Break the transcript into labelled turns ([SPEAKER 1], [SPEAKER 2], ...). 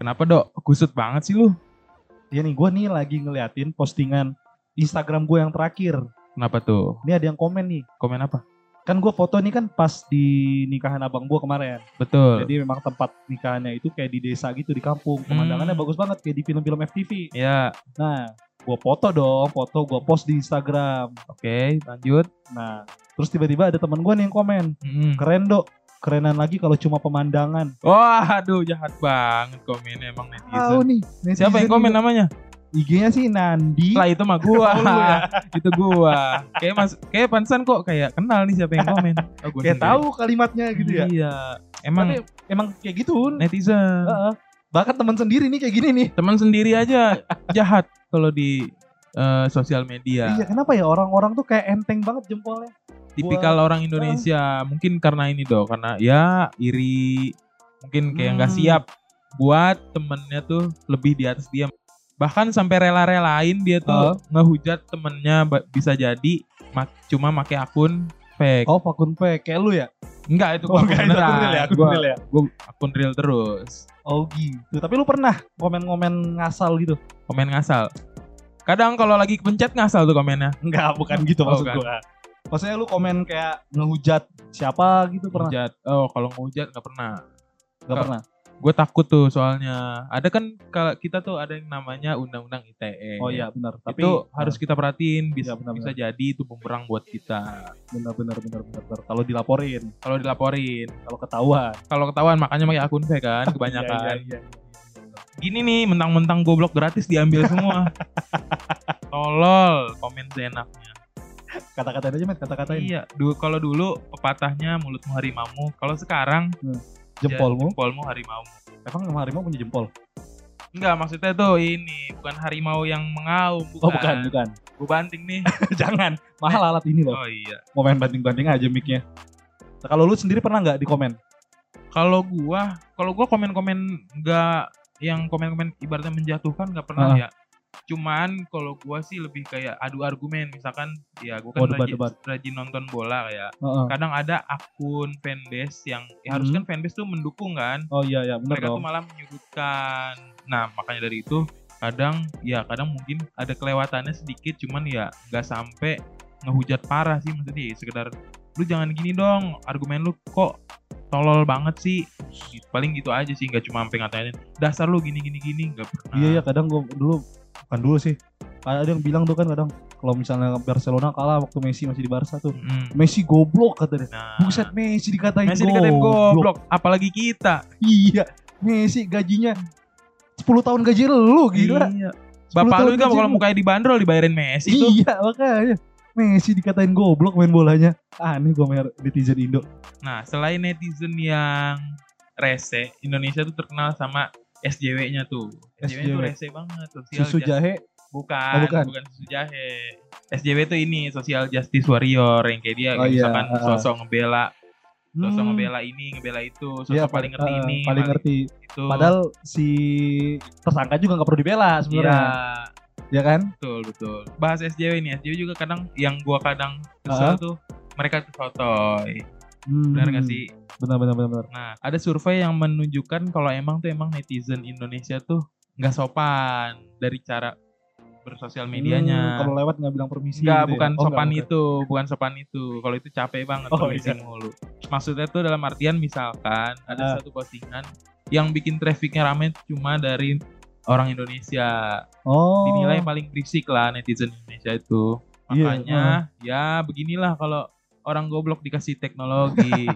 [SPEAKER 1] Kenapa dok? Kusut banget sih lu.
[SPEAKER 2] Ya nih, gue nih lagi ngeliatin postingan Instagram gue yang terakhir.
[SPEAKER 1] Kenapa tuh?
[SPEAKER 2] Ini ada yang komen nih.
[SPEAKER 1] Komen apa?
[SPEAKER 2] Kan gue foto nih kan pas di nikahan abang gue kemarin.
[SPEAKER 1] Betul.
[SPEAKER 2] Jadi memang tempat nikahannya itu kayak di desa gitu di kampung. Pemandangannya
[SPEAKER 1] Hmm.
[SPEAKER 2] bagus banget kayak di film-film FTV.
[SPEAKER 1] ya,
[SPEAKER 2] Nah, gue foto dong, foto gue post di Instagram.
[SPEAKER 1] oke, lanjut.
[SPEAKER 2] Nah, terus tiba-tiba ada teman gue nih yang komen,
[SPEAKER 1] Mm-mm.
[SPEAKER 2] keren dok, kerenan lagi kalau cuma pemandangan. Gitu
[SPEAKER 1] Wah, aduh jahat banget komennya emang
[SPEAKER 2] Tahu
[SPEAKER 1] netizen.
[SPEAKER 2] nih,
[SPEAKER 1] Siapa yang komen namanya?
[SPEAKER 2] IG-nya kan. sih Nandi.
[SPEAKER 1] Lah itu mah gua.
[SPEAKER 2] Oh, lu ya?
[SPEAKER 1] itu gua. Kayak Mas kayak pansan kok kayak kenal nih siapa yang komen. Oh, gua
[SPEAKER 2] Kayak
[SPEAKER 1] sendiri.
[SPEAKER 2] tahu kalimatnya gitu ya.
[SPEAKER 1] Iya. Emang
[SPEAKER 2] Tapi emang kayak gitu. Heeh.
[SPEAKER 1] netizen.
[SPEAKER 2] Bahkan teman sendiri nih kayak gini nih.
[SPEAKER 1] Teman sendiri aja jahat kalau di eh, sosial media.
[SPEAKER 2] Iya, kenapa ya orang-orang tuh kayak enteng banget jempolnya?
[SPEAKER 1] tipikal orang Indonesia mungkin karena ini dong karena ya iri mungkin kayak nggak
[SPEAKER 2] Hmm.
[SPEAKER 1] siap buat temennya tuh lebih di atas dia bahkan sampai rela-relain dia tuh ngehujat temennya ba- bisa jadi mak- cuma make akun fake
[SPEAKER 2] Oh, fakun P, kayak lu ya?
[SPEAKER 1] enggak itu gua akun
[SPEAKER 2] itu aku
[SPEAKER 1] beneran.
[SPEAKER 2] real ya, aku
[SPEAKER 1] Gua-
[SPEAKER 2] real ya.
[SPEAKER 1] gua akun real terus
[SPEAKER 2] Oh gitu. Tapi lu pernah komen-komen ngasal gitu?
[SPEAKER 1] komen ngasal kadang kalau lagi kepencet ngasal tuh komennya
[SPEAKER 2] Enggak, bukan gitu
[SPEAKER 1] Oh,
[SPEAKER 2] maksud
[SPEAKER 1] bukan.
[SPEAKER 2] gua. Maksudnya lu komen kayak ngehujat siapa gitu pernah?
[SPEAKER 1] hujat oh kalau ngehujat nggak pernah
[SPEAKER 2] Gak
[SPEAKER 1] Nggak.
[SPEAKER 2] pernah.
[SPEAKER 1] gue takut tuh soalnya ada kan kalau kita tuh ada yang namanya undang-undang E. ITE
[SPEAKER 2] Oh iya, benar. Tapi
[SPEAKER 1] itu harus kita perhatiin bisa
[SPEAKER 2] Iya, benar,
[SPEAKER 1] bisa jadi itu bumerang buat kita
[SPEAKER 2] benar benar benar benar. benar. Kalau dilaporin,
[SPEAKER 1] kalau dilaporin
[SPEAKER 2] kalau ketahuan
[SPEAKER 1] kalau ketahuan makanya pakai akun fake kan kebanyakan
[SPEAKER 2] Iya, iya, iya.
[SPEAKER 1] gini nih mentang-mentang goblok gratis diambil semua tolol komen seenaknya
[SPEAKER 2] Kata-katain aja, men, kata-katain.
[SPEAKER 1] iya dulu kalau dulu pepatahnya mulutmu harimaumu kalau sekarang ja-
[SPEAKER 2] Jempolmu.
[SPEAKER 1] jempolmu harimaumu
[SPEAKER 2] Emang emang harimau punya jempol?
[SPEAKER 1] enggak maksudnya tuh ini bukan harimau yang mengaum bukan,
[SPEAKER 2] Oh, bukan, bukan.
[SPEAKER 1] gue banting nih
[SPEAKER 2] Jangan. Mahal alat ini loh.
[SPEAKER 1] oh iya
[SPEAKER 2] Mau main banting-banting aja mic-nya. Nah, kalau lu sendiri pernah nggak di komen?
[SPEAKER 1] kalau gua kalau gua komen-komen nggak yang komen-komen ibaratnya menjatuhkan nggak pernah ya cuman kalau gua sih lebih kayak adu argumen misalkan ya gua kan
[SPEAKER 2] Oh, debat,
[SPEAKER 1] rajin,
[SPEAKER 2] debat.
[SPEAKER 1] rajin nonton bola kayak
[SPEAKER 2] Heeh.
[SPEAKER 1] kadang ada akun fanbase yang ya harus kan fanbase tuh mendukung kan
[SPEAKER 2] Oh iya iya benar
[SPEAKER 1] mereka tuh
[SPEAKER 2] dong.
[SPEAKER 1] malah menyudutkan nah makanya dari itu kadang ya kadang mungkin ada kelewatannya sedikit cuman ya nggak sampai ngehujat parah sih maksudnya ya sekedar lu jangan gini dong argumen lu kok tolol banget sih Gitu, paling gitu aja sih nggak cuma sampai ngatain dasar lu gini gini gini nggak pernah
[SPEAKER 2] Iya iya kadang gua dulu bukan dulu sih. Ada yang bilang tuh kan kadang kalau misalnya Barcelona kalah waktu Messi masih di Barca tuh.
[SPEAKER 1] Mm.
[SPEAKER 2] Messi goblok katanya.
[SPEAKER 1] nah
[SPEAKER 2] Buset Messi dikatain
[SPEAKER 1] Messi dikatain goblok apalagi kita
[SPEAKER 2] Iya. Messi gajinya 10 tahun gaji lu gitu. gila.
[SPEAKER 1] Iya. bapak lu
[SPEAKER 2] tahun
[SPEAKER 1] juga
[SPEAKER 2] gaji
[SPEAKER 1] kalau
[SPEAKER 2] lu.
[SPEAKER 1] mukanya dibanderol dibayarin Messi tuh
[SPEAKER 2] Iya makanya. Messi dikatain goblok main bolanya. Aneh gua mer netizen Indo.
[SPEAKER 1] Nah, selain netizen yang rese, Indonesia tuh terkenal sama SJW-nya tuh. SJW, tuh
[SPEAKER 2] SJW.
[SPEAKER 1] rese banget, sosial
[SPEAKER 2] Susu
[SPEAKER 1] justice.
[SPEAKER 2] jahe.
[SPEAKER 1] Bukan,
[SPEAKER 2] Oh,
[SPEAKER 1] bukan,
[SPEAKER 2] bukan.
[SPEAKER 1] susu jahe. SJW tuh ini social justice warrior yang kayak dia
[SPEAKER 2] Oh,
[SPEAKER 1] kayak
[SPEAKER 2] iya,
[SPEAKER 1] misalkan
[SPEAKER 2] ah, ah.
[SPEAKER 1] sosok ngebela, sosok
[SPEAKER 2] Hmm.
[SPEAKER 1] ngebela ini, ngebela itu, sosok
[SPEAKER 2] Iya,
[SPEAKER 1] paling
[SPEAKER 2] pa-
[SPEAKER 1] ngerti
[SPEAKER 2] eh,
[SPEAKER 1] ini,
[SPEAKER 2] paling ngerti.
[SPEAKER 1] itu.
[SPEAKER 2] Padahal si tersangka juga nggak perlu dibela
[SPEAKER 1] Iya,
[SPEAKER 2] sebenarnya, ya kan?
[SPEAKER 1] betul, betul. Bahas SJW ini, SJW juga kadang yang gua kadang kesel
[SPEAKER 2] Ah.
[SPEAKER 1] tuh mereka tuh sotoy.
[SPEAKER 2] Hmm.
[SPEAKER 1] Benar nggak sih?
[SPEAKER 2] Benar benar benar. benar.
[SPEAKER 1] Nah, ada survei yang menunjukkan kalau emang tuh emang netizen Indonesia tuh nggak sopan dari cara bersosial
[SPEAKER 2] Hmm,
[SPEAKER 1] medianya.
[SPEAKER 2] kalau lewat nggak bilang permisi.
[SPEAKER 1] Nggak,
[SPEAKER 2] gitu ya?
[SPEAKER 1] bukan
[SPEAKER 2] Oh,
[SPEAKER 1] sopan
[SPEAKER 2] nggak,
[SPEAKER 1] itu, bukan sopan itu. Kalau itu capek banget
[SPEAKER 2] Oh,
[SPEAKER 1] kalau
[SPEAKER 2] iya.
[SPEAKER 1] iseng mulu. Maksudnya tuh dalam artian misalkan ada
[SPEAKER 2] Ah.
[SPEAKER 1] satu postingan yang bikin trafficnya rame cuma dari orang Indonesia.
[SPEAKER 2] bukan. Oh.
[SPEAKER 1] Dinilai paling berisik lah netizen Indonesia itu.
[SPEAKER 2] Iya,
[SPEAKER 1] Makanya ya beginilah kalau orang goblok dikasih teknologi.